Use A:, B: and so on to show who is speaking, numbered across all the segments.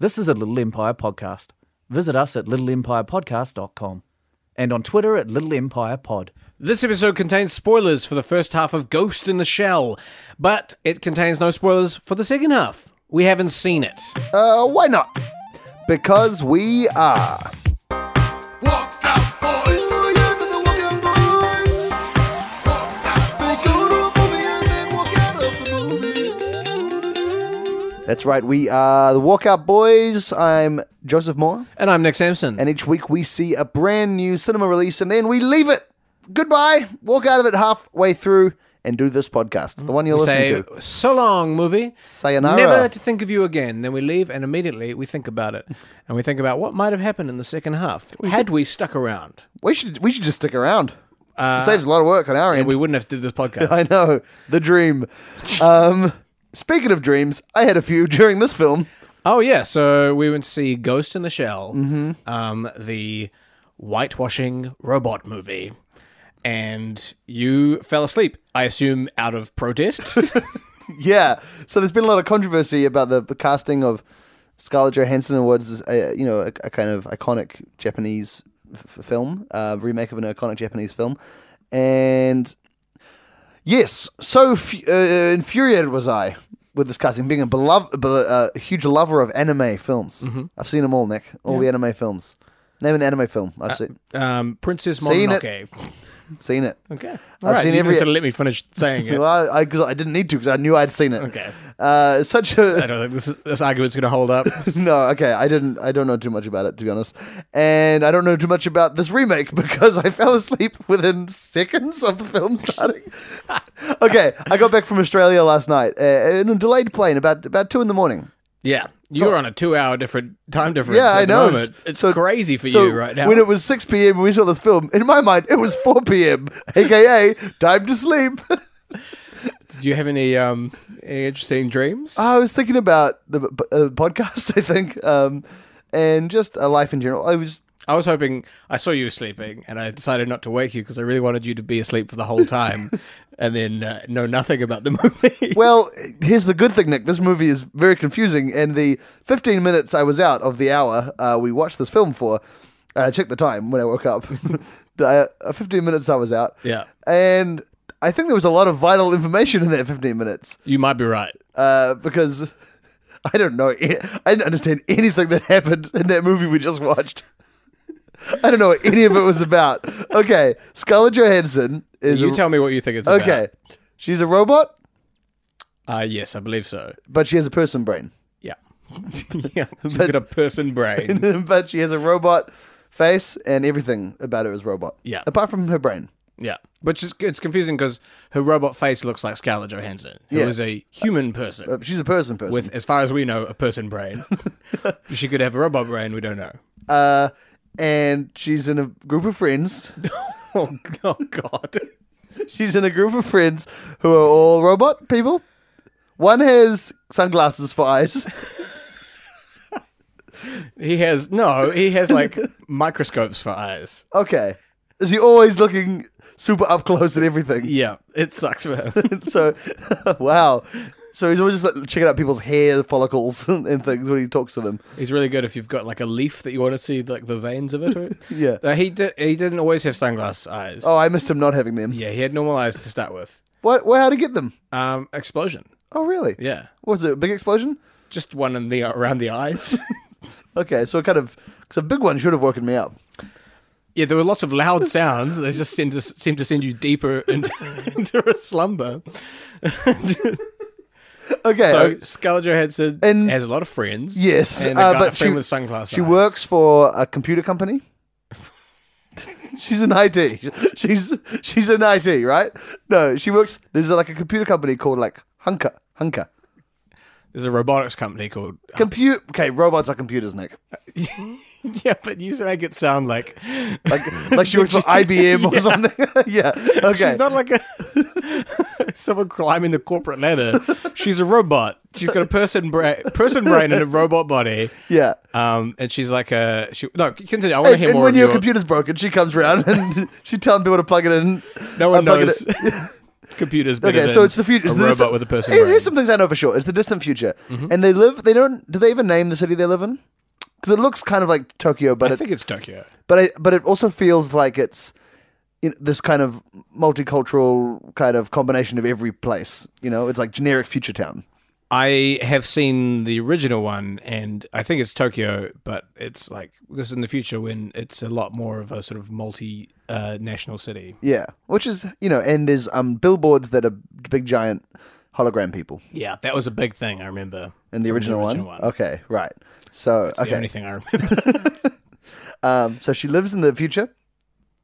A: This is a Little Empire podcast. Visit us at littleempirepodcast.com and on Twitter at Little Empire Pod.
B: This episode contains spoilers for the first half of Ghost in the Shell, but it contains no spoilers for the second half. We haven't seen it.
C: Uh, why not? Because we are. That's right, we are the Walkout Boys. I'm Joseph Moore,
B: And I'm Nick Sampson.
C: and each week we see a brand new cinema release and then we leave it. Goodbye, walk out of it halfway through and do this podcast. The one you're
B: say,
C: listening to.
B: so long, movie.
C: Sayonara.
B: Never to think of you again. Then we leave, and immediately we think about it. And we think about what might have happened in the second half had we stuck around.
C: We should we should just stick around. it saves a lot of work on our end.
B: Uh, We wouldn't have to do this podcast.
C: I know. The dream. Um, speaking of dreams, I had a few during this film.
B: Oh yeah, so we went to see Ghost in the Shell,
C: Mm-hmm.
B: um, the whitewashing robot movie, and you fell asleep. I assume out of protest.
C: Yeah. So there's been a lot of controversy about the, the casting of Scarlett Johansson awards, uh, you know, a, a kind of iconic Japanese f- f- film, uh, remake of an iconic Japanese film. And yes, so f- uh, infuriated was I with this casting, being a beloved, be- uh, huge lover of anime films. I've seen them all, Nick, all the anime films. Name an anime film. I've seen,
B: um, Princess
C: Seen it.
B: Mononoke.
C: seen it.
B: Okay, I've
C: seen
B: you
C: every-
B: just let me finish saying it.
C: Well, I, I, 'cause I didn't need to because I knew I'd seen it.
B: Okay.
C: Uh, such a
B: I don't think this is, this argument's going to hold up.
C: no. Okay, I didn't. I don't know too much about it to be honest, and I don't know too much about this remake because I fell asleep within seconds of the film starting. okay, I got back from Australia last night uh, in a delayed plane about about two in the morning.
B: yeah, you're on a two-hour different time difference.
C: Yeah,
B: at
C: I
B: the
C: know.
B: moment. It's
C: So-
B: crazy for
C: so
B: you right now.
C: When it was six p.m. when we saw this film, in my mind it was four p.m. aka time to sleep.
B: Do you have any um, any interesting dreams?
C: I was thinking about the b- uh, podcast, I think, um, and just uh, life in general. I was
B: I was hoping I saw you sleeping, and I decided not to wake you because I really wanted you to be asleep for the whole time, and then uh, know nothing about the movie.
C: well. Here's the good thing, Nick. This movie is very confusing, and the 15 minutes I was out of the hour uh, we watched this film for, and I checked the time when I woke up. the, uh, 15 minutes I was out.
B: Yeah.
C: and I think there was a lot of vital information in that 15 minutes
B: you might be right.
C: uh, because. I don't know. I didn't understand anything that happened in that movie we just watched. I don't know what any of it was about. Okay, Scarlett Johansson is.
B: You
C: a-
B: tell me what you think it's
C: Okay, she's a robot,
B: about. Uh, yes, I believe so.
C: but she has a person brain.
B: Yeah, yeah. She's got a person brain.
C: but she has a robot face, and everything about her is robot.
B: Yeah.
C: apart from her brain.
B: Yeah, which is it's confusing because her robot face looks like Scarlett Johansson, who
C: Yeah.
B: is a human person
C: Uh, She's a person person.
B: with, as far as we know, a person brain. she could have a robot brain. We don't know.
C: uh, and she's in a group of friends.
B: Oh, oh God.
C: she's in a group of friends who are all robot people. One has sunglasses for eyes.
B: He has no. He has like microscopes for eyes.
C: Okay. Is he always looking super up close at everything?
B: Yeah, it sucks for him.
C: So, wow. So he's always just like checking out people's hair follicles and things when he talks to them.
B: He's really good if you've got like a leaf that you want to see like the veins of it.
C: Yeah.
B: Uh, he did. He didn't always have sunglass eyes.
C: Oh, I missed him not having them.
B: yeah, he had normal eyes to start with.
C: What? Well, how to get them?
B: Um, explosion.
C: Oh, really?
B: Yeah,
C: What was it? A big explosion?
B: just one in the around the eyes.
C: Okay, so it kind of because a big one should have woken me up.
B: yeah, there were lots of loud sounds. They just seemed to seemed to send you deeper into, into a slumber.
C: Okay,
B: So
C: okay.
B: Scarlett Johansson
C: And-
B: has a lot of friends.
C: yes,
B: and a
C: uh,
B: guy-
C: but
B: friend
C: she
B: with sunglasses.
C: she works for a computer company. she's in IT. She's she's in IT, right? No, she works. There's like a computer company called like Hunker Hunker.
B: There's a robotics company called.
C: Compute. Okay, robots are computers, Nick.
B: yeah, but you make it sound like
C: Like, like she works for IBM or something. yeah. Okay.
B: she's not like a someone climbing the corporate ladder. She's a robot. She's got a person brain, person brain, and a robot body.
C: yeah.
B: Um, and she's like a she. No, continue. I want to
C: And,
B: hear
C: and
B: more.
C: when
B: of
C: your,
B: your
C: computer's broken, she comes around and she tells people to plug it in.
B: no one
C: unplug it
B: knows.
C: in.
B: Computers. Better
C: Okay, so
B: than
C: it's the future.
B: A
C: it's the
B: robot
C: distant-
B: with a person
C: Here-
B: brain. Mm-hmm.
C: Here's some things I know for sure. It's the distant future, and they live. They don't. Do they even name the city they live in? Because it looks kind of like Tokyo, but
B: I
C: it,
B: think it's Tokyo.
C: but I, but it also feels like it's you know, this kind of multicultural kind of combination of every place. You know, it's like generic future town.
B: I have seen the original one, and I think it's Tokyo, but it's like this is in the future when it's a lot more of a sort of multi uh, national city.
C: Yeah, which is you know, and there's um billboards that are big giant hologram people
B: Yeah, that was a big thing. I remember
C: in the
B: From
C: original,
B: original
C: one. Okay, right. So
B: It's the
C: okay,
B: only thing I remember.
C: um, so she lives in the future,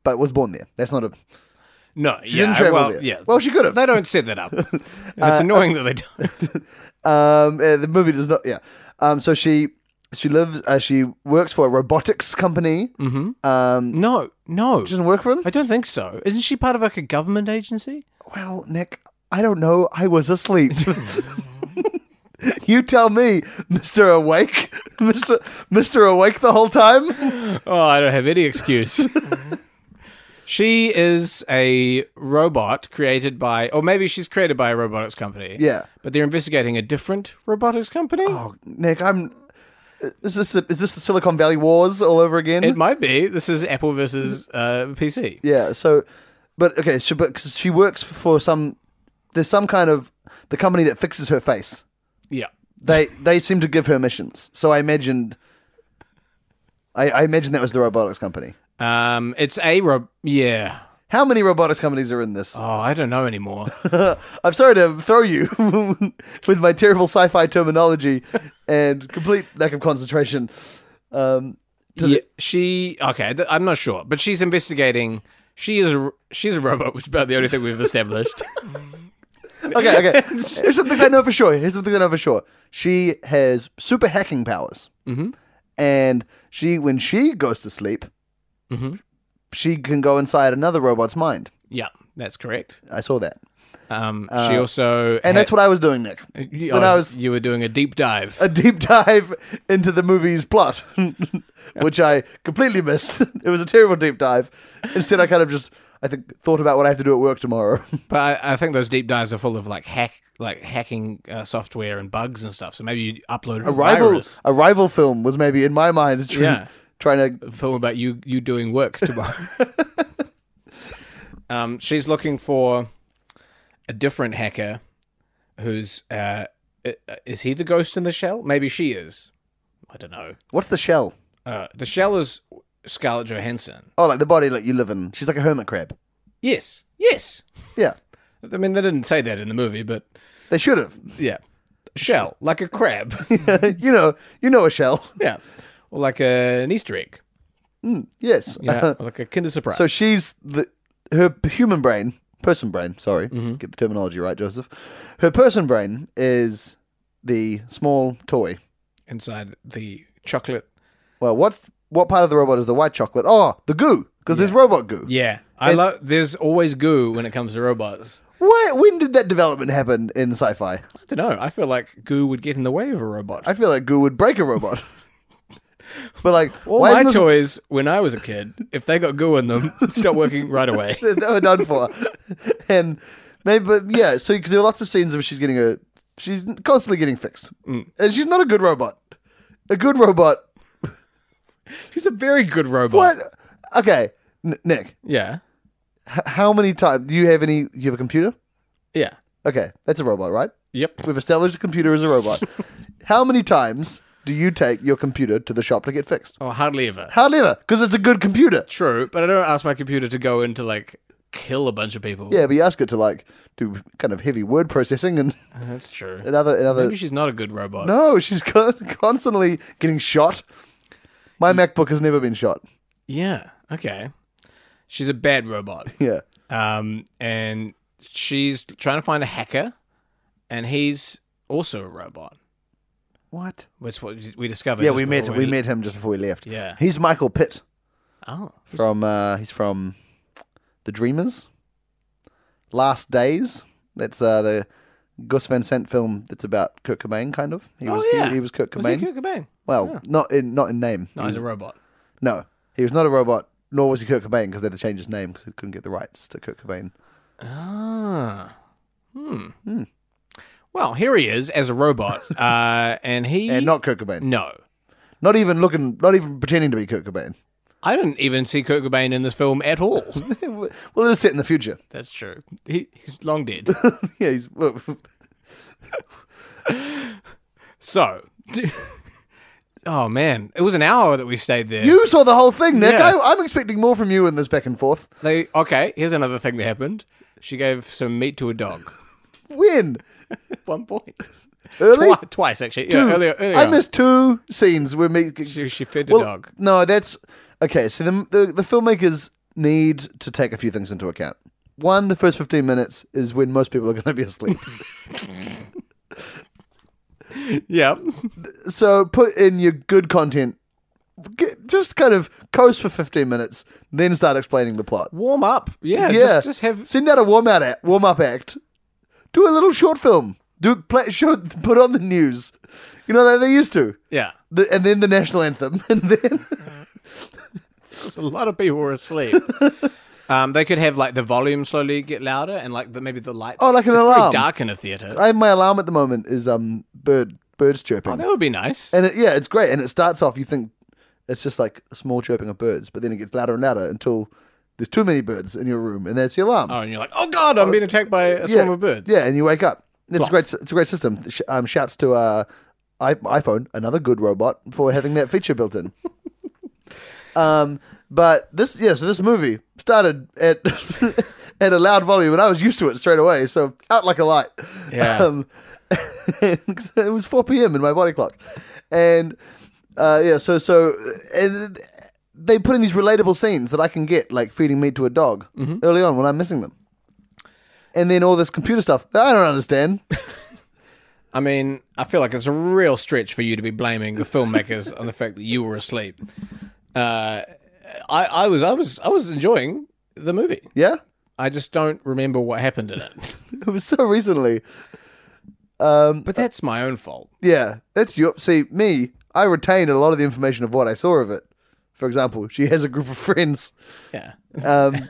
C: but was born there. That's not a
B: no,
C: She
B: yeah,
C: didn't travel
B: well,
C: there.
B: yeah. Uh,
C: Well, she could have.
B: they don't set that up. And it's annoying that they don't.
C: Um, uh, the movie does not. Yeah. Um, so she she lives. Uh, she works for a robotics company. Mm-hmm. Um,
B: No, no,
C: doesn't work for him.
B: I don't think so. Isn't she part of like a government agency?
C: well, Nick, I don't know. I was asleep. you tell me, Mister Awake, Mister Mister Awake the whole time.
B: Oh, I don't have any excuse. she is a robot created by, or maybe she's created by a robotics company.
C: Yeah.
B: But they're investigating a different robotics company?
C: Oh, Nick, I'm. Is this a, is this the Silicon Valley Wars all over again?
B: It might be. This is Apple versus uh, PC.
C: Yeah. So, but okay. So, but 'cause she works for some. There's some kind of the company that fixes her face.
B: Yeah.
C: They they seem to give her missions. So I imagined. I, I imagine that was the robotics company.
B: Um, it's a rob. Yeah.
C: How many robotics companies are in this?
B: Oh, I don't know anymore.
C: I'm sorry to throw you with my terrible sci-fi terminology and complete lack of concentration. Um,
B: Yeah, she okay. th- I'm not sure, but she's investigating. She is a, r- she's a robot, which is about the only thing we've established.
C: okay, okay. Here's something I know for sure. Here's something I know for sure. She has super hacking powers, mm-hmm. and she when she goes to sleep, she can go inside another robot's mind.
B: yeah, that's correct.
C: I saw that,
B: Um, she also
C: Uh, and that's what I was doing, Nick.
B: you,
C: when
B: I
C: I
B: was,
C: was-
B: oh,
C: Uh,
B: you were doing a deep dive.
C: a deep dive into the movie's plot, which I completely missed. it was a terrible deep dive. Instead, I kind of just, I think, thought about what I have to do at work tomorrow.
B: But I, I think those deep dives are full of like hack, like hacking uh, software and bugs and stuff. So maybe you uploaded a
C: A rival,
B: virus
C: a rival film was maybe in my mind tr-
B: Yeah.
C: trying to.
B: film about you you doing work tomorrow. um, she's looking for a different hacker, who's uh, i- is he the ghost in the shell? Maybe she is. I don't know.
C: What's the shell?
B: Uh, the shell is Scarlett Johansson.
C: Oh, like the body that you live in. She's like a hermit crab.
B: Yes, yes.
C: Yeah,
B: I mean, they didn't say that in the movie, but
C: they should have.
B: yeah, shell like a crab.
C: you know, you know a shell.
B: yeah, or like a, an Easter egg.
C: Yes.
B: Yeah, like a Kinder surprise.
C: Uh-huh. So she's the her human brain, person brain. Sorry,
B: Mm-hmm.
C: get the terminology right, Joseph. Her person brain is the small toy.
B: inside the chocolate.
C: Well, what's what part of the robot is the white chocolate? Oh, the goo, because there's robot goo.
B: Yeah, I love. There's always goo when it comes to robots.
C: Where, when did that development happen in sci-fi?
B: I don't know. I feel like goo would get in the way of a robot.
C: I feel like goo would break a robot. but like,
B: All
C: why
B: my
C: isn't this
B: toys, when I was a kid, if they got goo in them, stop working right away.
C: that they were done for. and maybe, but yeah, so because there are lots of scenes where she's getting a, she's constantly getting fixed,
B: Mm.
C: and she's not a good robot. A good robot,
B: She's a very good robot.
C: what? Okay, N- Nick,
B: Yeah,
C: h- how many times do you have any? You have a computer?
B: yeah,
C: Okay, that's a robot, right?
B: yep.
C: We've established a computer is a robot. how many times do you take your computer to the shop to get fixed?
B: Oh, hardly ever.
C: Hardly ever, because it's a good computer.
B: True, but I don't ask my computer to go in to like kill a bunch of people.
C: Yeah, but you ask it to like do kind of heavy word processing and
B: Uh, that's true.
C: another another.
B: Maybe she's not a good robot.
C: No, she's con- constantly getting shot. My MacBook has never been shot.
B: Yeah. Okay. She's a bad robot.
C: Yeah.
B: um, and she's trying to find a hacker, and he's also a robot.
C: What?
B: Which what we discovered.
C: Yeah,
B: just
C: we met
B: before
C: we met him just before we left.
B: Yeah.
C: He's Michael Pitt
B: Oh,
C: from uh he's from The Dreamers. Last Days. That's uh the Gus Van Sant film that's about Kurt Cobain kind of. He
B: Oh,
C: was
B: yeah.
C: he, he was Kurt
B: was
C: Cobain.
B: he Kurt Cobain?
C: Well,
B: Yeah.
C: not in not in name.
B: No,
C: He
B: he's a
C: was-
B: robot.
C: no, he was not a robot, nor was he Kurt Cobain because they had to change his name because they couldn't get the rights to Kurt Cobain.
B: Ah. Hmm. Well, here he is as a robot, uh, and he
C: And not Kurt Cobain.
B: no.
C: Not even looking, not even pretending to be Kurt Cobain.
B: I didn't even see Kurt Cobain in this film at all.
C: well, it is set in the future.
B: That's true. He, he's long dead.
C: yeah, he's. Well,
B: So, oh man, it was an hour that we stayed there.
C: you saw the whole thing, Nick.
B: Yeah.
C: I, I'm expecting more from you in this back and forth.
B: They okay. Here's another thing that happened. She gave some meat to a dog.
C: When?
B: At one point,
C: Early?
B: Twi- twice actually. Yeah,
C: Two.
B: earlier, earlier
C: I
B: on.
C: missed two scenes where me.
B: She, she fed the
C: well,
B: dog.
C: No, that's okay. So the, the the filmmakers need to take a few things into account. One, the first 15 minutes is when most people are going to be asleep.
B: Yeah,
C: so put in your good content. Get, just kind of coast for 15 minutes, then start explaining the plot.
B: warm up. Yeah,
C: yeah,
B: Just, just have.
C: send out a warm out act, warm up act. Do a little short film. Do play, show, put on the news. You know like they used to,
B: Yeah,
C: the, and then the national anthem, and then
B: just a lot of people were asleep. um, they could have like the volume slowly get louder and like the, maybe the lights.
C: Oh, like an
B: it's very
C: alarm.
B: dark in a theater.
C: I my alarm at the moment is um bird birds chirping,
B: Oh, that would be nice.
C: and it, yeah, it's great. And it starts off you think it's just like a small chirping of birds, but then it gets louder and louder until there's too many birds in your room, and that's the alarm.
B: oh, and you're like, oh god, I'm being attacked by a swarm of birds.
C: Yeah, and you wake up. It's
B: Plop.
C: a great. It's a great system. Sh- Um, shouts to uh, i- iPhone, another good robot for having that feature built in. um, but this, yeah. So this movie started at at a loud volume, and I was used to it straight away. So out like a light.
B: Yeah.
C: Um, it was four p.m. in my body clock, and uh, yeah. So so and they put in these relatable scenes that I can get, like feeding meat to a dog early on when I'm missing them and then all this computer stuff that I don't understand.
B: I mean, I feel like it's a real stretch for you to be blaming the filmmakers on the fact that you were asleep. Uh, I, I was, I was, I was enjoying the movie.
C: Yeah,
B: I just don't remember what happened in it.
C: it was so recently. Um,
B: But that's my own fault.
C: yeah, that's your see me. I retained a lot of the information of what I saw of it. For example, she has a group of friends.
B: Yeah,
C: Um,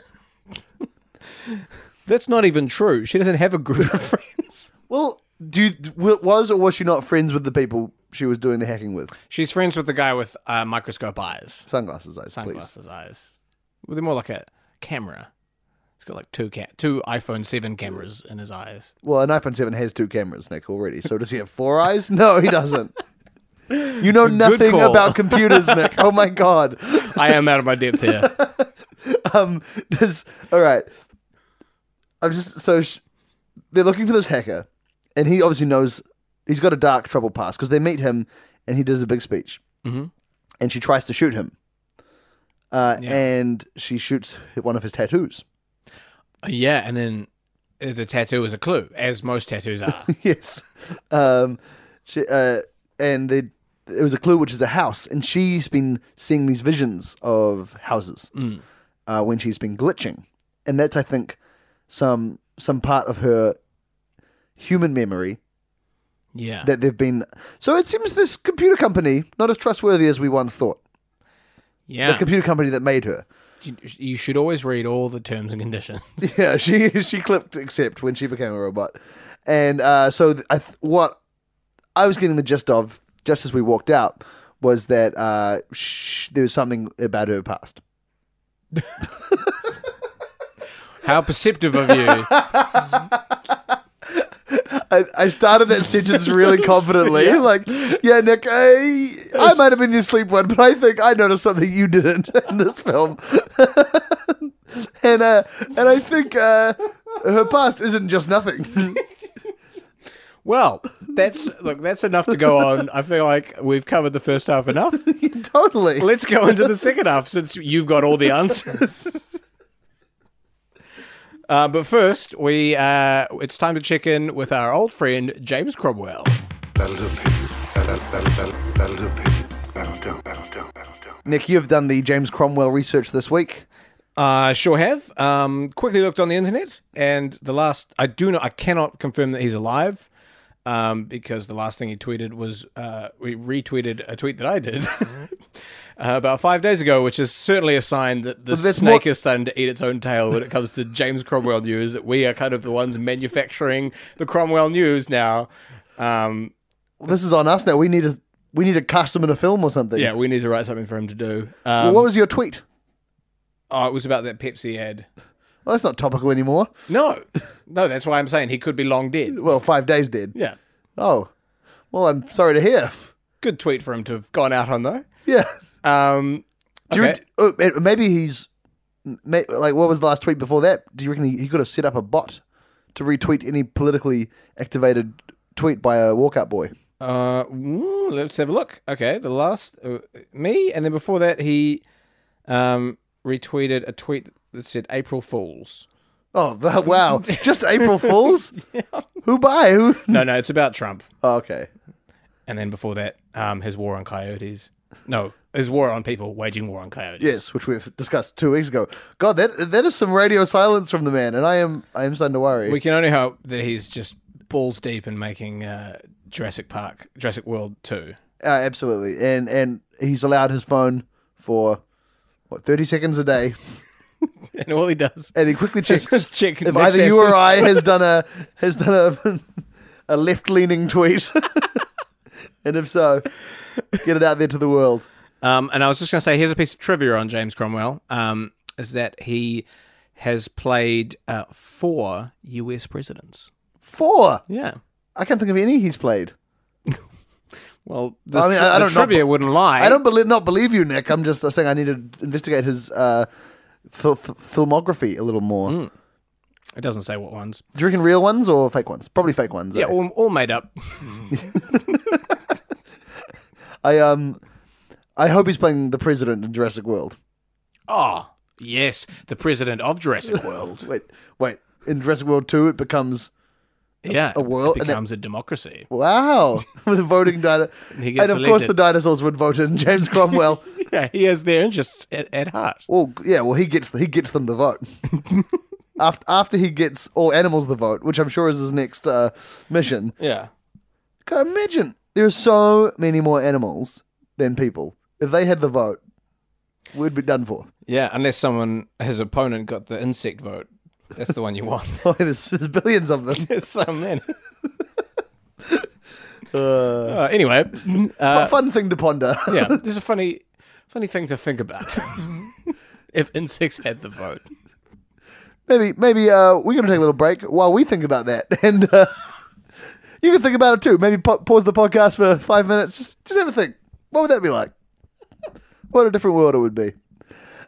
B: that's not even true. She doesn't have a group of friends.
C: well, do you, w- was or was she not friends with the people she was doing the hacking with?
B: She's friends with the guy with uh, microscope eyes,
C: Sunglasses eyes, please.
B: sunglasses eyes. Well, they're more like a camera. He's got like two ca- two iPhone seven cameras in his eyes.
C: Well, an iPhone Seven has two cameras, Nick, already. So does he have four eyes? No, he doesn't. You know nothing
B: call.
C: about computers, Nick. Oh my god.
B: I am out of my depth here.
C: um this all right i'm just so sh- they're looking for this hacker and he obviously knows he's got a dark troubled past because they meet him and he does a big speech and she tries to shoot him uh, and she shoots one of his tattoos
B: Yeah, and then uh, the tattoo is a clue, as most tattoos are.
C: yes um she, uh, and they it was a clue which is a house and she's been seeing these visions of houses uh, when she's been glitching, and that's I think some some part of her human memory
B: yeah.
C: that they've been. So it seems this computer company not as trustworthy as we once thought.
B: yeah.
C: The computer company that made her.
B: You- you should always read all the terms and conditions.
C: Yeah, she she clipped accept when she became a robot, and uh, so th- I th- what I was getting the gist of just as we walked out was that uh, sh- there was something about her past.
B: How perceptive of you.
C: I, I started that sentence really confidently. Like, yeah, Nick, I, I might have been the asleep one, but I think I noticed something you didn't in this film. and uh, and I think uh, her past isn't just nothing.
B: Well, that's look, that's enough to go on. I feel like we've covered the first half enough.
C: totally.
B: Let's go into the second half since you've got all the answers. Uh, but first, we uh, it's time to check in with our old friend James Cromwell.
D: That'll do, Pete. That'll, That'll, that'll, that'll do, baby. That'll do, that'll do, that'll do.
C: Nick, you've done the James Cromwell research this week.
B: Uh, sure have. Um, quickly looked on the internet, and the last I do not, I cannot confirm that he's alive, um, because the last thing he tweeted was uh, we retweeted a tweet that I did uh, about five days ago, which is certainly a sign that the
C: there's
B: snake
C: more-
B: is starting to eat its own tail when it comes to James Cromwell news. That we are kind of the ones manufacturing the Cromwell news now. Um,
C: This is on us now. We need to we need to cast him in a film or something.
B: yeah, we need to write something for him to do. Um,
C: Well, what was your tweet?
B: oh, it was about that Pepsi ad.
C: Well, that's not topical anymore.
B: No, no, that's why I'm saying he could be long dead.
C: Well, five days did.
B: Yeah.
C: Oh, well, I'm sorry to hear.
B: good tweet for him to have gone out on though.
C: Yeah.
B: Um,
C: Do you
B: okay.
C: oh, eh, maybe he's may, like what was the last tweet before that? Do you reckon he, he could have set up a bot to retweet any politically activated tweet by a walkout boy?
B: uh, ooh, let's have a look. Okay, the last uh, me, and then before that he um, retweeted a tweet that said "April Fools."
C: Oh wow! Just April Fools. Who by who?
B: No, no, it's about Trump.
C: Oh, okay.
B: And then before that, um, his war on coyotes. No, his war on people, waging war on coyotes.
C: Yes, which we've discussed two weeks ago. God, that that is some radio silence from the man, and I am I am starting to worry.
B: we can only hope that he's just balls deep in making uh, Jurassic Park, Jurassic World two.
C: Uh, absolutely, and and he's allowed his phone for what thirty seconds a day,
B: And all he does,
C: and he quickly checks
B: Just check
C: if
B: next
C: either you or I
B: sentence.
C: has done a has done a a left leaning tweet, and if so, get it out there to the world.
B: Um, and I was just going to say, here's a piece of trivia on James Cromwell: um, is that he has played uh, four U.S. presidents.
C: Four.
B: Yeah.
C: I can't think of any he's played.
B: Well, the,
C: I mean,
B: tri-
C: I- I
B: the
C: don't know,
B: trivia
C: but-
B: wouldn't lie.
C: I don't believe not believe you, Nick. I'm just saying I need to investigate his uh, fil- fil- filmography a little more.
B: Hmm. It doesn't say what ones.
C: Do you reckon real ones or fake ones? Probably fake ones.
B: Yeah,
C: eh?
B: all, all made up.
C: I um, I hope he's playing the president in Jurassic World.
B: Oh, yes, the president of Jurassic World.
C: Wait, wait. In Jurassic World Two, it becomes
B: yeah,
C: a world-
B: it
C: and
B: becomes a democracy.
C: wow with a voting dino,
B: he
C: and,
B: gets
C: of course
B: elected.
C: the dinosaurs would vote in James Cromwell.
B: Yeah, he has their interests at, at heart.
C: well, yeah, well he gets he gets them the vote. After, after he gets all animals the vote, which I'm sure is his next uh, mission.
B: Yeah.
C: God, imagine there are so many more animals than people. If they had the vote, we'd be done for.
B: Yeah, unless someone, his opponent, got the insect vote. That's the one you want.
C: Oh, there's, there's billions of them.
B: There's so many. Uh, anyway,
C: a fun thing to ponder.
B: Uh, yeah, this is a funny, funny thing to think about. if insects had the vote,
C: maybe maybe uh, we're going to take a little break while we think about that. And uh, you can think about it too. Maybe pa- pause the podcast for five minutes. Just, just have a think. What would that be like? What a different world it would be.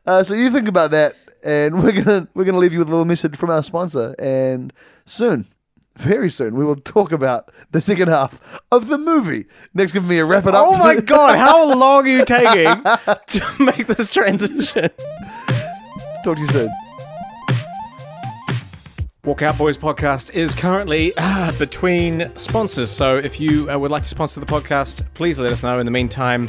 C: Uh, so you think about that, and we're gonna we're gonna leave you with a little message from our sponsor. And soon, very soon, we will talk about the second half of the movie. Nick's giving me a wrap it up.
B: oh my god, how long are you taking to make this transition?
C: Talk to you soon.
B: Walkout Boys podcast is currently uh, between sponsors. So if you uh, would like to sponsor the podcast, please let us know. In the meantime,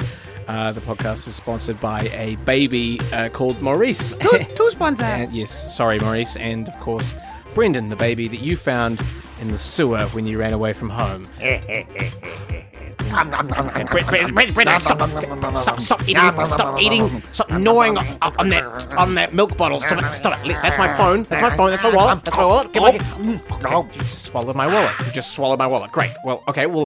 B: uh, the podcast is sponsored by a baby uh, called Maurice. Two sponsors. Yes, sorry, Maurice. And of course, Brendan, the baby that you found in the sewer when you ran away from home.
E: Brit, Brit, Brit, Brit, stop, stop, stop eating, stop eating, stop gnawing on, on that on that milk bottle. Stop it, stop it. That's my phone. That's my phone. That's my wallet. That's my wallet. Get my, okay, you just swallowed my wallet. You just swallowed my wallet. Great. Well, okay. Well,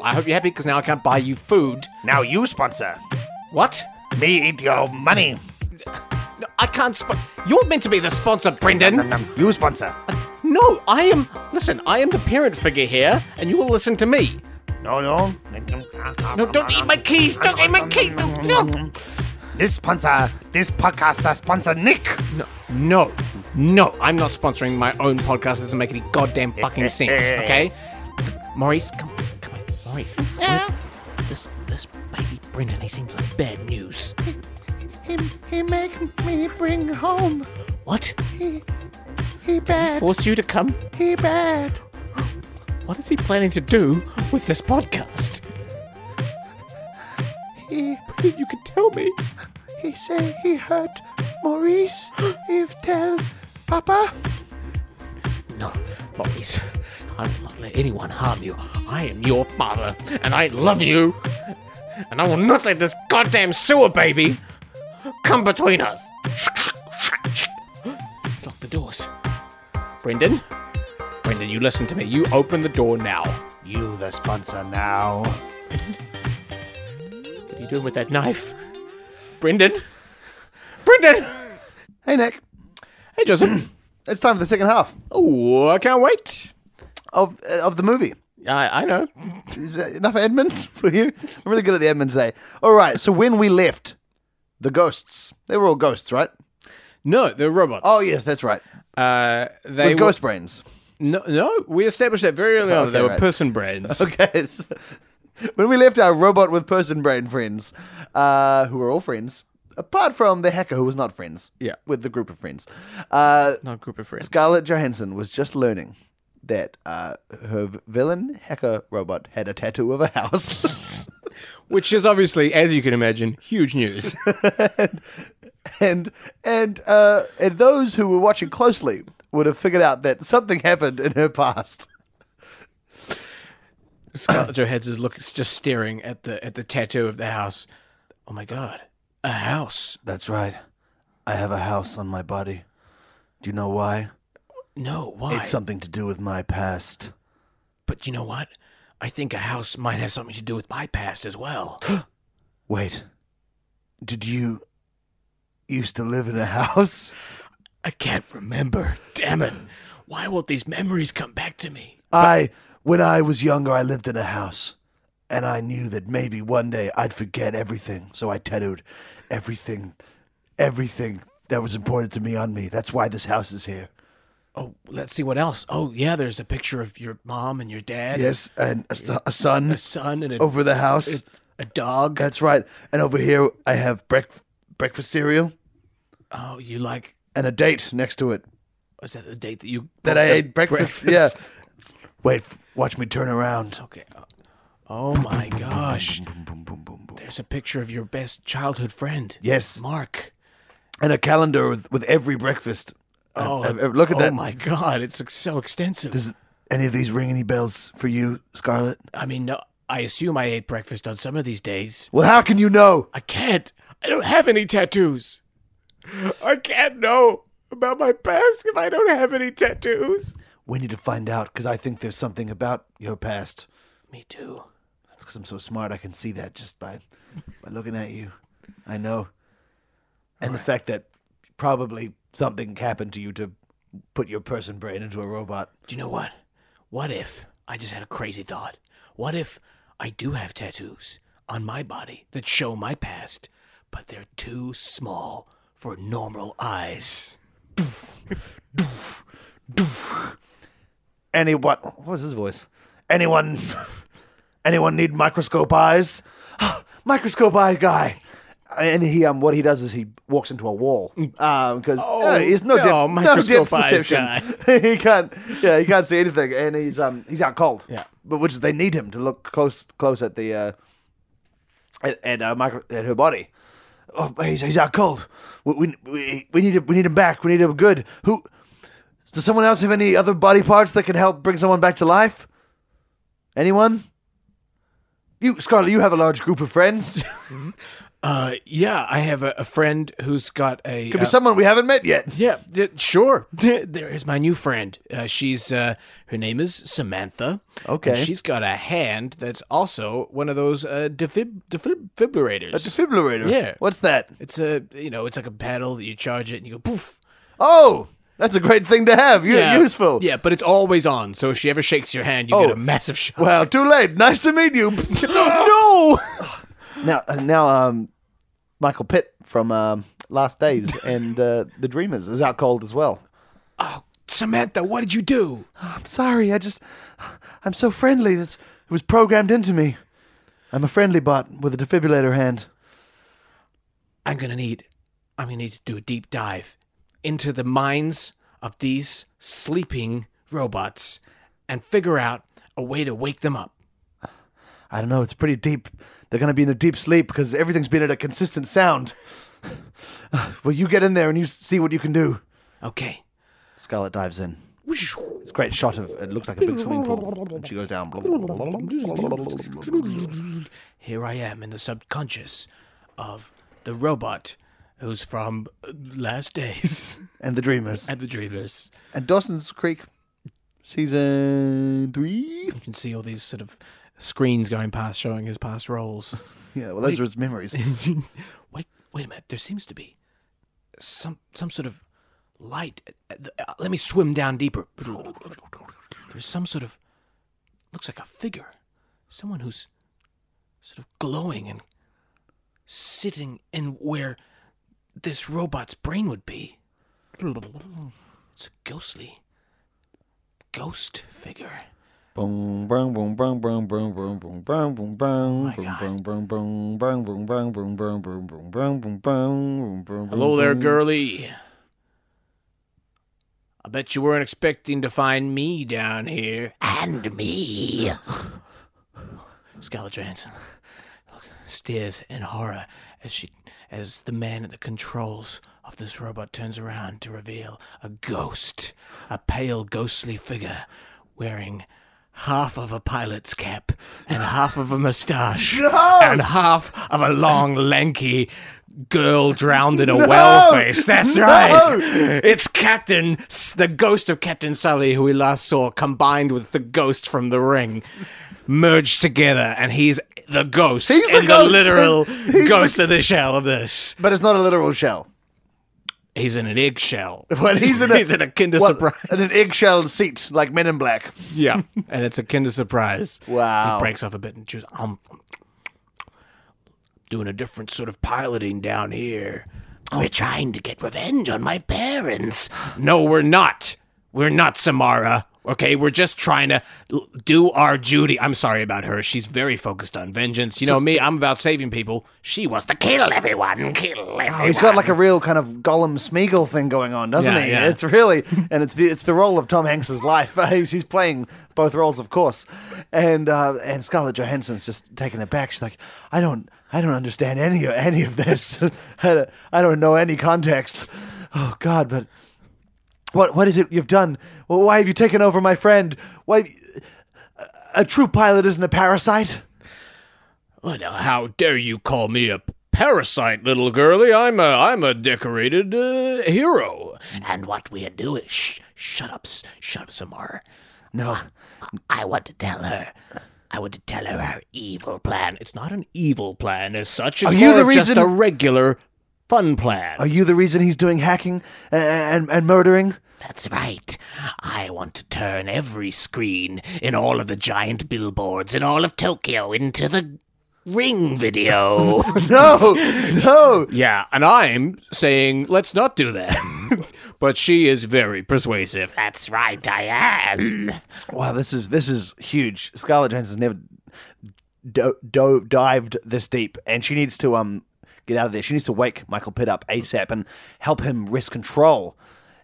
B: I hope you're happy because now I can't buy you food.
E: now you sponsor.
B: What?
E: Me eat your money.
B: No, I can't. Sp- You're meant to be the sponsor, Brendan.
E: You sponsor.
B: No, I am. Listen, I am the parent figure here, and you will listen to me.
F: No, no.
E: No, don't eat my keys! Don't eat my keys! No, no.
F: This sponsor, this podcast sponsor Nick.
B: No, no, I'm not sponsoring my own podcast. It doesn't make any goddamn fucking sense, okay? Maurice, come, come on, Maurice. This, this baby Brendan, he seems like bad news.
F: Him, he make me bring home.
B: What?
F: He, he bad.
B: Force you to come?
F: He bad.
B: What is he planning to do with this podcast?
F: He,
B: You can tell me.
F: he say he hurt Maurice. if tell Papa.
B: No, Maurice, I will not let anyone harm you. I am your father, and I love you. And I will not let this goddamn sewer baby come between us. Let's lock the doors. Brendan? Brendan, you listen to me. You open the door now.
F: You the sponsor now.
B: What are you doing with that knife? Brendan? Brendan!
C: Hey, Nick.
B: Hey, Joseph.
C: It's time for the second half
B: oh, I can't wait.
C: of uh, of the movie.
B: I, I know.
C: Is that enough admin for you? I'm really good at the admin today. All right. So when we left, the ghosts. They were all ghosts, right?
B: No, they're robots.
C: Oh yes, that's right.
B: Uh, they
C: With
B: were-
C: ghost brains.
B: No, no, we established that very early on.
C: Okay,
B: they were
C: right.
B: person brains.
C: Okay. so- when we left our robot with person brain friends, uh, who were all friends, apart from the hacker who was not friends.
B: Yeah.
C: With the group of friends. Uh,
B: Not a group of friends.
C: Scarlett Johansson was just learning that uh, her v- villain hacker robot had a tattoo of a house.
B: Which is obviously, as you can imagine, huge news.
C: and and uh, and those who were watching closely would have figured out that something happened in her past.
B: Scarlett Johansson's look is just staring at the at the tattoo of the house. Oh my god, a house?
C: That's right. I have a house on my body. Do you know why?
B: No, why?
C: something to do with my past.
B: but you know what? I think a house might have something to do with my past as well.
C: Wait. Did you used to live in a house?
B: I can't remember. Damn it! Why won't these memories come back to me?
C: I when I was younger I lived in a house and I knew that maybe one day I'd forget everything, so I tattooed everything everything that was important to me on me. That's why this house is here.
B: Oh, let's see what else. Oh yeah, there's a picture of your mom and your dad.
C: Yes, and a, s- a
B: a
C: son
B: son and a,
C: over the house.
B: a dog.
C: That's right. And over here I have break- breakfast cereal
B: Oh, you like
C: and a date next to it.
B: Was that the date that you
C: that
B: bought
C: I
B: the
C: ate breakfast.
B: breakfast?
C: Yeah. Wait, f- watch me turn around.
B: Okay. Oh my gosh. There's a picture of your best childhood friend.
C: Yes. Uh,
B: Mark.
C: And a calendar with, with every breakfast.
B: Oh,
C: uh, uh, look at
B: oh
C: that.
B: my god, it's ex- so extensive.
C: Does any of these ring any bells for you, Scarlett?
B: I mean, no, I assume I ate breakfast on some of these days.
C: Well, how can you know?
B: I can't. I don't have any tattoos. I can't know about my past if I don't have any tattoos.
C: We need to find out because I think there's something about your past.
B: Me too.
C: That's because I'm so smart. I can see that just by by looking at you. I know. And the fact that probably something happened to you to put your person brain into a robot.
B: Do you know what? What if I just had a crazy thought? What if I do have tattoos on my body that show my past, but they're too small for normal eyes?
C: anyone what was his voice anyone anyone need microscope eyes microscope eye guy and he um what he does is he walks into a wall um because he's no,
B: Oh, no,
C: depth- no
B: microscope
C: depth
B: eyes
C: perception. he can't yeah he can't see anything and he's um he's out cold
B: Yeah.
C: but which is- they need him to look close close at the uh at, at uh micro at her body oh but he's, he's out cold we, we we we need him we need him back we need him good who does someone else have any other body parts that can help bring someone back to life? Anyone? You, Scarlett, you have a large group of friends.
B: Uh, yeah, I have a, a friend who's got a.
C: Could
B: uh,
C: be someone we haven't met yet.
B: yeah, d- sure. There is my new friend. Uh, she's uh, her name is Samantha.
C: Okay.
B: and she's got a hand that's also one of those uh, defib- defibrillators.
C: A defibrillator.
B: Yeah.
C: What's that?
B: It's a you know, it's like a paddle that you charge it and you go poof.
C: Oh, That's a great thing to have. you useful. Oh.
B: Yeah, but it's always on. So if she ever shakes your hand, you get a massive shock.
C: Wow, too late. Nice to meet you.
B: no.
C: now, uh, now, um, Michael Pitt from um, Last Days and uh, The Dreamers is out cold as well.
B: Samantha, what did you do?
C: I'm sorry. I just, I'm so friendly. This it was programmed into me. I'm a friendly bot with a defibrillator hand.
B: I'm gonna need I'm gonna need to do a deep dive into the minds of these sleeping robots and figure out a way to wake them up.
C: I don't know. It's pretty deep. They're gonna be in a deep sleep because everything's been at a consistent sound. well, you get in there and you s- see what you can do.
B: Okay.
C: Scarlet dives in. It's a great shot of it looks like a big swimming pool. And she goes down.
B: Here I am in the subconscious of the robot who's from uh, Last Days
C: And the dreamers.
B: and the Dreamers.
C: And Dawson's Creek season three.
B: You can see all these sort of screens going past showing his past roles.
C: Yeah, well those are his memories.
B: wait, wait a minute. There seems to be some some sort of light. at- at the- uh, Let me swim down deeper. There's some sort of looks like a figure, someone who's sort of glowing and sitting in where this robot's brain would be. It's a ghostly ghost figure.
C: Boom, boom, boom, boom, boom, boom, boom, boom, boom, boom, boom, boom,
B: God.
C: boom, boom, boom, boom, boom, boom, boom, boom, boom, boom, boom, boom, boom, boom,
B: Hello there,
C: boom.
B: girlie. I bet you weren't expecting to find me down here. And me. Scarlett Johansson stares in horror as she as the man at the controls of this robot turns around to reveal a ghost, a pale ghostly figure wearing half of a pilot's cap and half of a mustache and half of a long lanky girl drowned in a whale face. That's right. It's Captain, S- the ghost of Captain Sully, who we last saw, combined with the ghost from the ring, merged together, and he's the ghost
C: He's the
B: in
C: ghost.
B: literal
C: He's the-
B: ghost of the shell of this.
C: But it's not a literal shell.
B: He's in an eggshell.
C: But he's in a
B: he's in a Kinder
C: what,
B: Surprise.
C: In an eggshell seat, like Men in Black.
B: Yeah, and it's a Kinder Surprise.
C: Wow.
B: He breaks off a bit and chews. Um, doing a different sort of piloting down here. We're trying to get revenge on my parents. No, we're not. We're not Samara. Okay, we're just trying to l- do our duty. I'm sorry about her. She's very focused on vengeance. You know me, I'm about saving people. She wants to kill everyone. Kill everyone.
C: He's got like a real kind of Gollum Smeagol thing going on, doesn't
B: Yeah,
C: he?
B: yeah.
C: It's really, and it's the, it's the role of Tom Hanks's life. he's, he's playing both roles, of course. And uh, and Scarlett Johansson's just taken aback. She's like, I don't I don't understand any any of this. I don't- I don't know any context. Oh God, but what what is it you've done? Well, why have you taken over my friend? Why? A true pilot isn't a parasite.
B: Well, now, how dare you call me a parasite, little girlie? I'm a I'm a decorated uh, hero. And what we do is shh, shut up, s- shut up, Samar.
C: No,
B: I want to tell her. I want to tell her our evil plan. It's not an evil plan as such. It's
C: Are you
B: more
C: the
B: of just
C: reason-
B: a regular fun plan.
C: are you the reason he's doing hacking and and, and murdering?
B: That's right. I want to turn every screen in all of the giant billboards in all of Tokyo into the ring video.
C: No, no.
B: Yeah, and I'm saying let's not do that. but she is very persuasive. That's right, I am.
C: Wow, this is this is huge. Scarlett Johansson's never do, do, dived this deep, and she needs to um get out of there. She needs to wake Michael Pitt up ASAP and help him wrest control.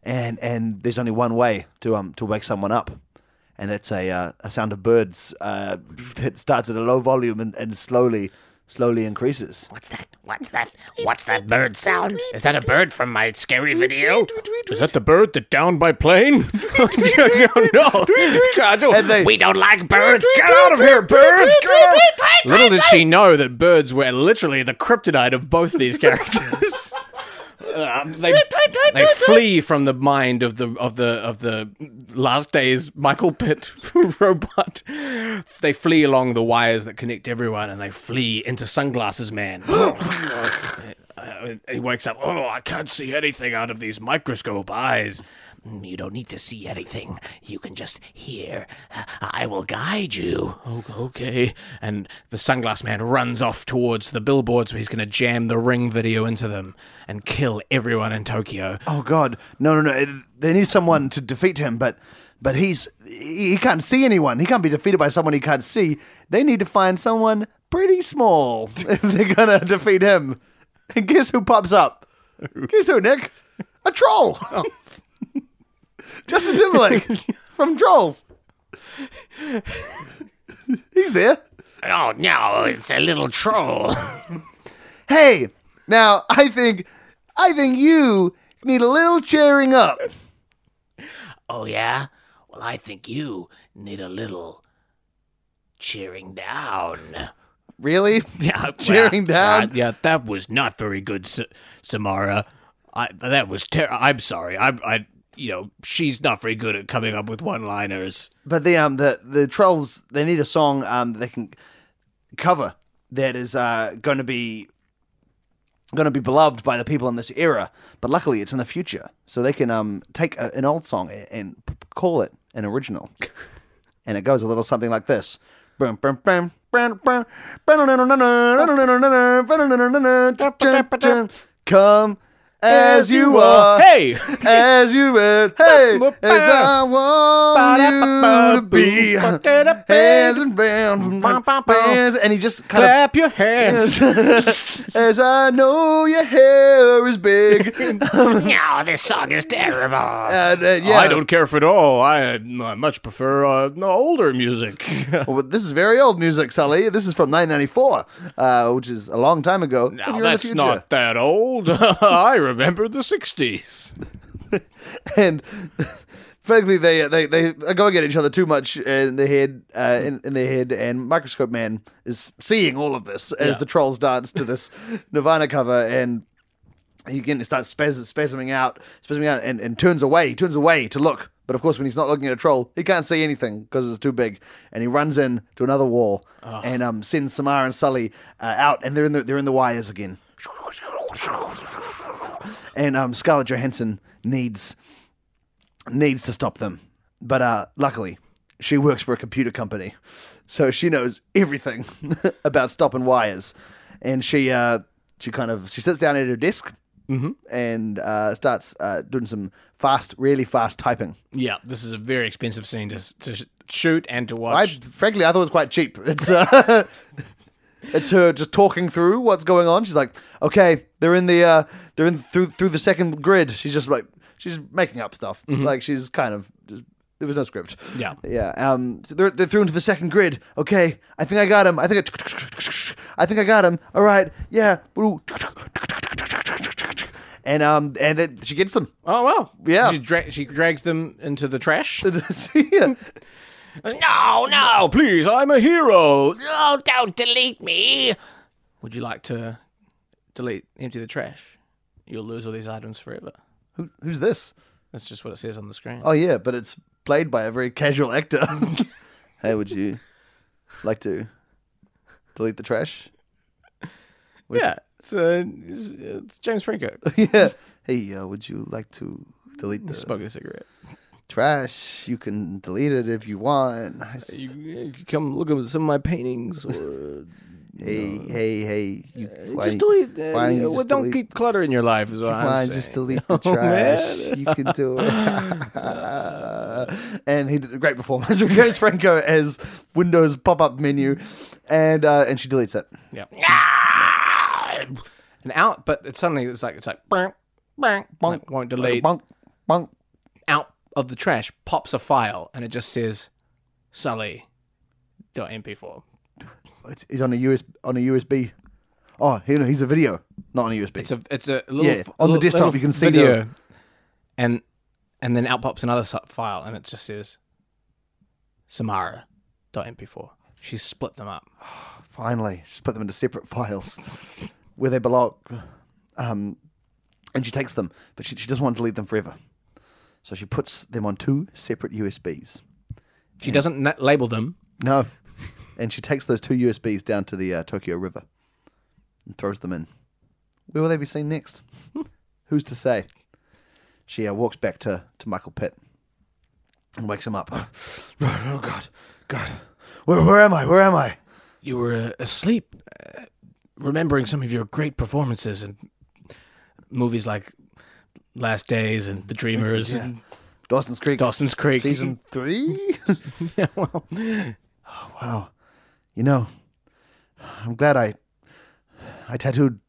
C: And and there's only one way to um to wake someone up, and that's a uh, a sound of birds uh, that starts at a low volume and, and slowly slowly increases.
E: What's that? What's that? What's that bird sound? Is that a bird from my scary video?
B: Is that the bird that downed my plane? no,
C: And they-
E: We don't like birds.
B: Get out of here, birds! Get out! Little did she know that birds were literally the kryptonite of both these characters. Um, they, they flee from the mind of the of the of the last days Michael Pitt robot. They flee along the wires that connect everyone, and they flee into Sunglasses Man. Uh, he wakes up. Oh, I can't see anything out of these microscope eyes.
E: "Mm, You don't need to see anything. You can just hear. I will guide you. O- Okay.
B: And the sunglass man runs off towards the billboards where he's going to jam the ring video into them and kill everyone in Tokyo.
C: Oh God, no, no, no! It- They need someone to defeat him, but but he's he he can't see anyone. He can't be defeated by someone he can't see. They need to find someone pretty small if they're gonna defeat him. And guess who pops up? Guess who, Nick? A troll. Justin Timberlake from Trolls. he's there.
E: Oh no, it's a little troll.
C: Hey, now I think I think you need a little cheering up.
E: Oh yeah. Well, I think you need a little cheering down.
C: Really?
E: Yeah,
C: Cheering down?
E: yeah, that was not very good, S- Samara. I that was ter- I'm sorry. I I you know she's not very good at coming up with one-liners.
C: But the um the the trolls they need a song um they can cover that is uh going to be going to be beloved by the people in this era. But luckily, it's in the future, so they can um take a, an old song and, and p- call it an original. and it goes a little something like this. Brum, brum, brum, brum, brum, brum, brum, brum, brum, brum, brum, brum, brum. Come as you are.
B: Hey!
C: As you read, hey, as I want you to be, hands and bound from my hands, and he just kind of
B: Clap your hands!
C: as I know your hair is big, and,
E: No, this song is terrible.
C: uh, yeah,
B: I don't care if at all. I, I much prefer uh, older music.
C: Well, this is very old music, Sully. This is from 1994, uh, which is a long time ago. and
B: now,
C: you're in the
B: that's
C: future.
B: not that old. I remember the 60s.
C: and frankly, they uh, they they are going at each other too much in their head, uh, in, in their head. And Microscope Man is seeing all of this as the trolls dance to this Nirvana cover, and he again starts spaz- spasming out, spasming out, and, and turns away. He turns away to look, but of course, when he's not looking at a troll, he can't see anything because it's too big. And he runs in to another wall and um, sends Samara and Sully uh, out, and they're in the they're in the wires again. And um, Scarlett Johansson needs needs to stop them. But uh, luckily, she works for a computer company, so she knows everything about stopping wires. And she uh, she kind of she sits down at her desk and uh, starts uh, doing some fast, really fast typing.
B: Yeah, this is a very expensive scene to, to sh- shoot and to
C: I
B: watch.
C: frankly I thought it was quite cheap. It's uh, it's her just talking through what's going on. She's like, okay, they're in the uh, they're in through through the second grid. She's just like she's making up stuff. Like she's kind of just, there was no script.
B: Yeah.
C: yeah. Um, so they're they're through into the second grid. Okay, I think I got him. I think I, I think I got him. All right, yeah. Woo. And um and then she gets them.
B: oh, wow.
C: Yeah.
B: She, dra- she drags them into the trash.
C: yeah.
B: no, no, please, I'm a hero. No, don't delete me. Would you like to delete, empty the trash? You'll lose all these items forever.
C: Who, who's this?
B: That's just what it says on the screen.
C: Oh yeah, but it's played by a very casual actor. hey, would you like to delete the trash?
B: yeah, it's, uh, it's, it's James Franco.
C: yeah. Hey, uh, would you like to delete the
B: Smoking a cigarette.
C: trash? You can delete it if you want. I s-
B: You, you could come look at some of my paintings. Or,
C: hey, hey, hey. You, why
B: just
C: don't you-
B: delete. Uh,
C: why don't you
B: well,
C: just
B: don't
C: delete-
B: keep clutter in your life. Is what I'm
C: Why
B: saying.
C: just delete the
B: man.
C: trash? you can do it. and he did a great performance with James Franco as Windows pop-up menu, and uh, and she deletes it.
B: Yeah. and out, but it's suddenly it's like it's like bonk, bonk, bonk, won't delete.
C: Bonk, bonk.
B: Out of the trash pops a file, and it just says Sully. Dot MP4.
C: It's, he's on a US on a USB. Oh, he, no, he's a video, not on a USB.
B: It's a it's a little
C: Yeah,
B: f-
C: on the
B: little-
C: desktop
B: little
C: you can see the-
B: video, and and then out pops another su- file, and it just says Samara. Dot MP4. She split them up.
C: Finally, just put them into separate files where they belong. Um, and she takes them, but she, she doesn't want to delete them forever. So she puts them on two separate USBs.
B: She doesn't na- label them.
C: No, and she takes those two USBs down to the uh, Tokyo River and throws them in. Where will they be seen next? Who's to say? she uh, walks back to, to Michael Pitt and wakes him up. Oh, God, God, where, where am I? Where am I?
B: You were uh, asleep, uh, remembering some of your great performances and movies like Last Days and The Dreamers and
C: Dawson's Creek.
B: Dawson's Creek.
C: Season three? Oh,
B: yeah, well,
C: wow. You know, I'm glad I I tattooed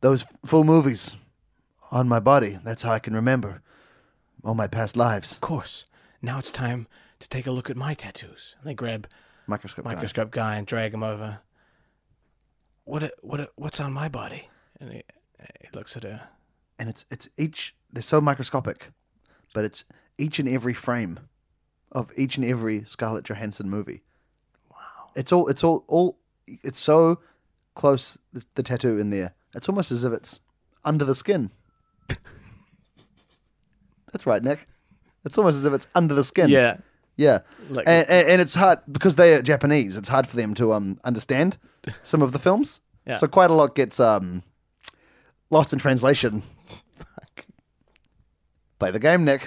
C: those full movies on my body. That's how I can remember all my past lives.
B: of course. Now it's time to take a look at my tattoos. And they grab
C: Microscope. guy.
B: microscope guy and drag him over. What? What? What's on my body? And he, he looks at her.
C: And it's it's each they're so microscopic, but it's each and every frame of each and every Scarlett Johansson movie. Wow. It's all it's all all it's so close the, the tattoo in there. It's almost as if it's under the skin. That's right, Nick. It's almost as if it's under the skin. Yeah,
B: Like-
C: and, and, and it's hard because they are Japanese. It's hard for them to um understand some of the films.
B: Yeah.
C: So quite a lot gets um lost in translation. Play the game, Nick.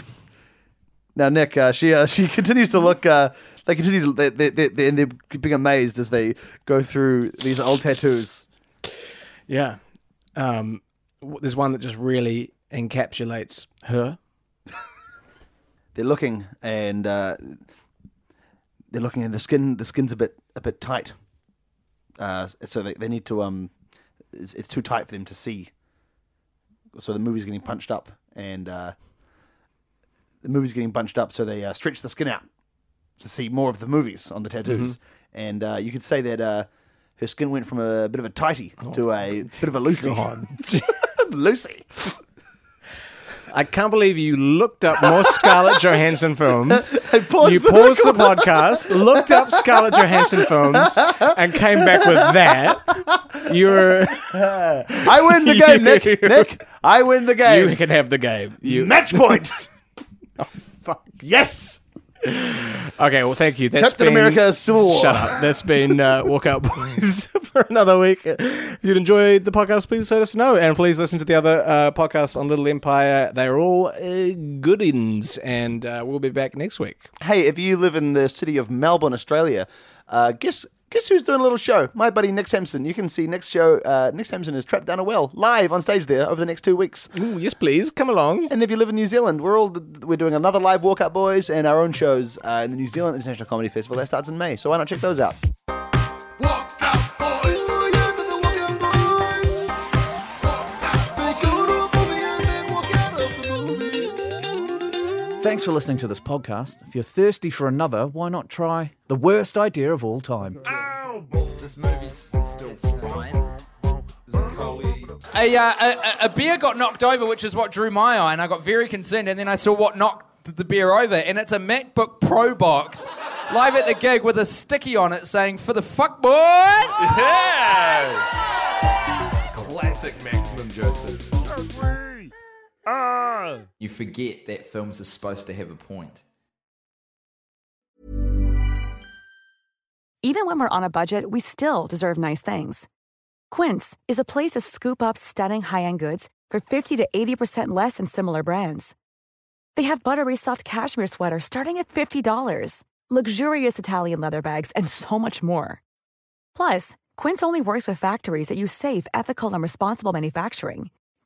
C: Now, Nick, uh, she uh, she continues to look. Uh, they continue to they they they they're, they're being amazed as they go through these old tattoos.
B: yeah. Um, w- there's one that just really encapsulates her.
C: They're looking and uh, they're looking, and the skin the skin's a bit a bit tight. Uh, so they, they need to um, it's, it's too tight for them to see. So the movie's getting punched up, and uh, the movie's getting bunched up. So they uh, stretch the skin out to see more of the movies on the tattoos.
B: Mm-hmm.
C: And uh, you could say that uh, her skin went from a bit of a tighty
B: Oh,
C: to a bit of a loosey. Lucy.
B: I can't believe you looked up more Scarlett Johansson films.
C: I paused
B: you
C: the
B: paused the podcast, looked up Scarlett Johansson films, and came back with that. You're
C: I win the game, Nick.
B: You-
C: Nick, I win the game.
B: you can have the game. You
C: Match point. Oh, fuck. Yes.
B: Okay, well, thank you. That's
C: Captain
B: been-
C: America Civil War.
B: Shut up. That's been uh, Walkout Boys for another week. If you'd enjoyed the podcast, please let us know. And please listen to the other uh, podcasts on Little Empire. They're all uh, good ins. And uh, we'll be back next week.
C: Hey, if you live in the city of Melbourne, Australia, uh, guess guess who's doing a little show? My buddy Nick Sampson. You can see Nick's show. Uh, Nick Sampson is trapped down a well live on stage there over the next two weeks.
B: Ooh, yes, please. Come along.
C: And if you live in New Zealand, we're all we're doing another live Walkout Boys and our own shows uh, in the New Zealand International Comedy Festival that starts in May. So why not check those out?
F: Walkout boys. Oh, yeah, but the walkout boys. Walkout boys. They go to a movie and they walk out of the movie.
A: Thanks for listening to this podcast. If you're thirsty for another, why not try the worst idea of all time?
G: This movie's still fine.
H: a, uh, a, a beer got knocked over, which is what drew my eye, and I got very concerned. And then I saw what knocked the beer over, and it's a MacBook Pro box live at the gig with a sticky on it saying, For the fuck, boys!
G: Classic Maximum Joseph. You forget that films are supposed to have a point.
I: Even when we're on a budget, we still deserve nice things. Quince is a place to scoop up stunning high end goods for 50 to 80% less than similar brands. They have buttery soft cashmere sweaters starting at $50, luxurious Italian leather bags, and so much more. Plus, Quince only works with factories that use safe, ethical, and responsible manufacturing.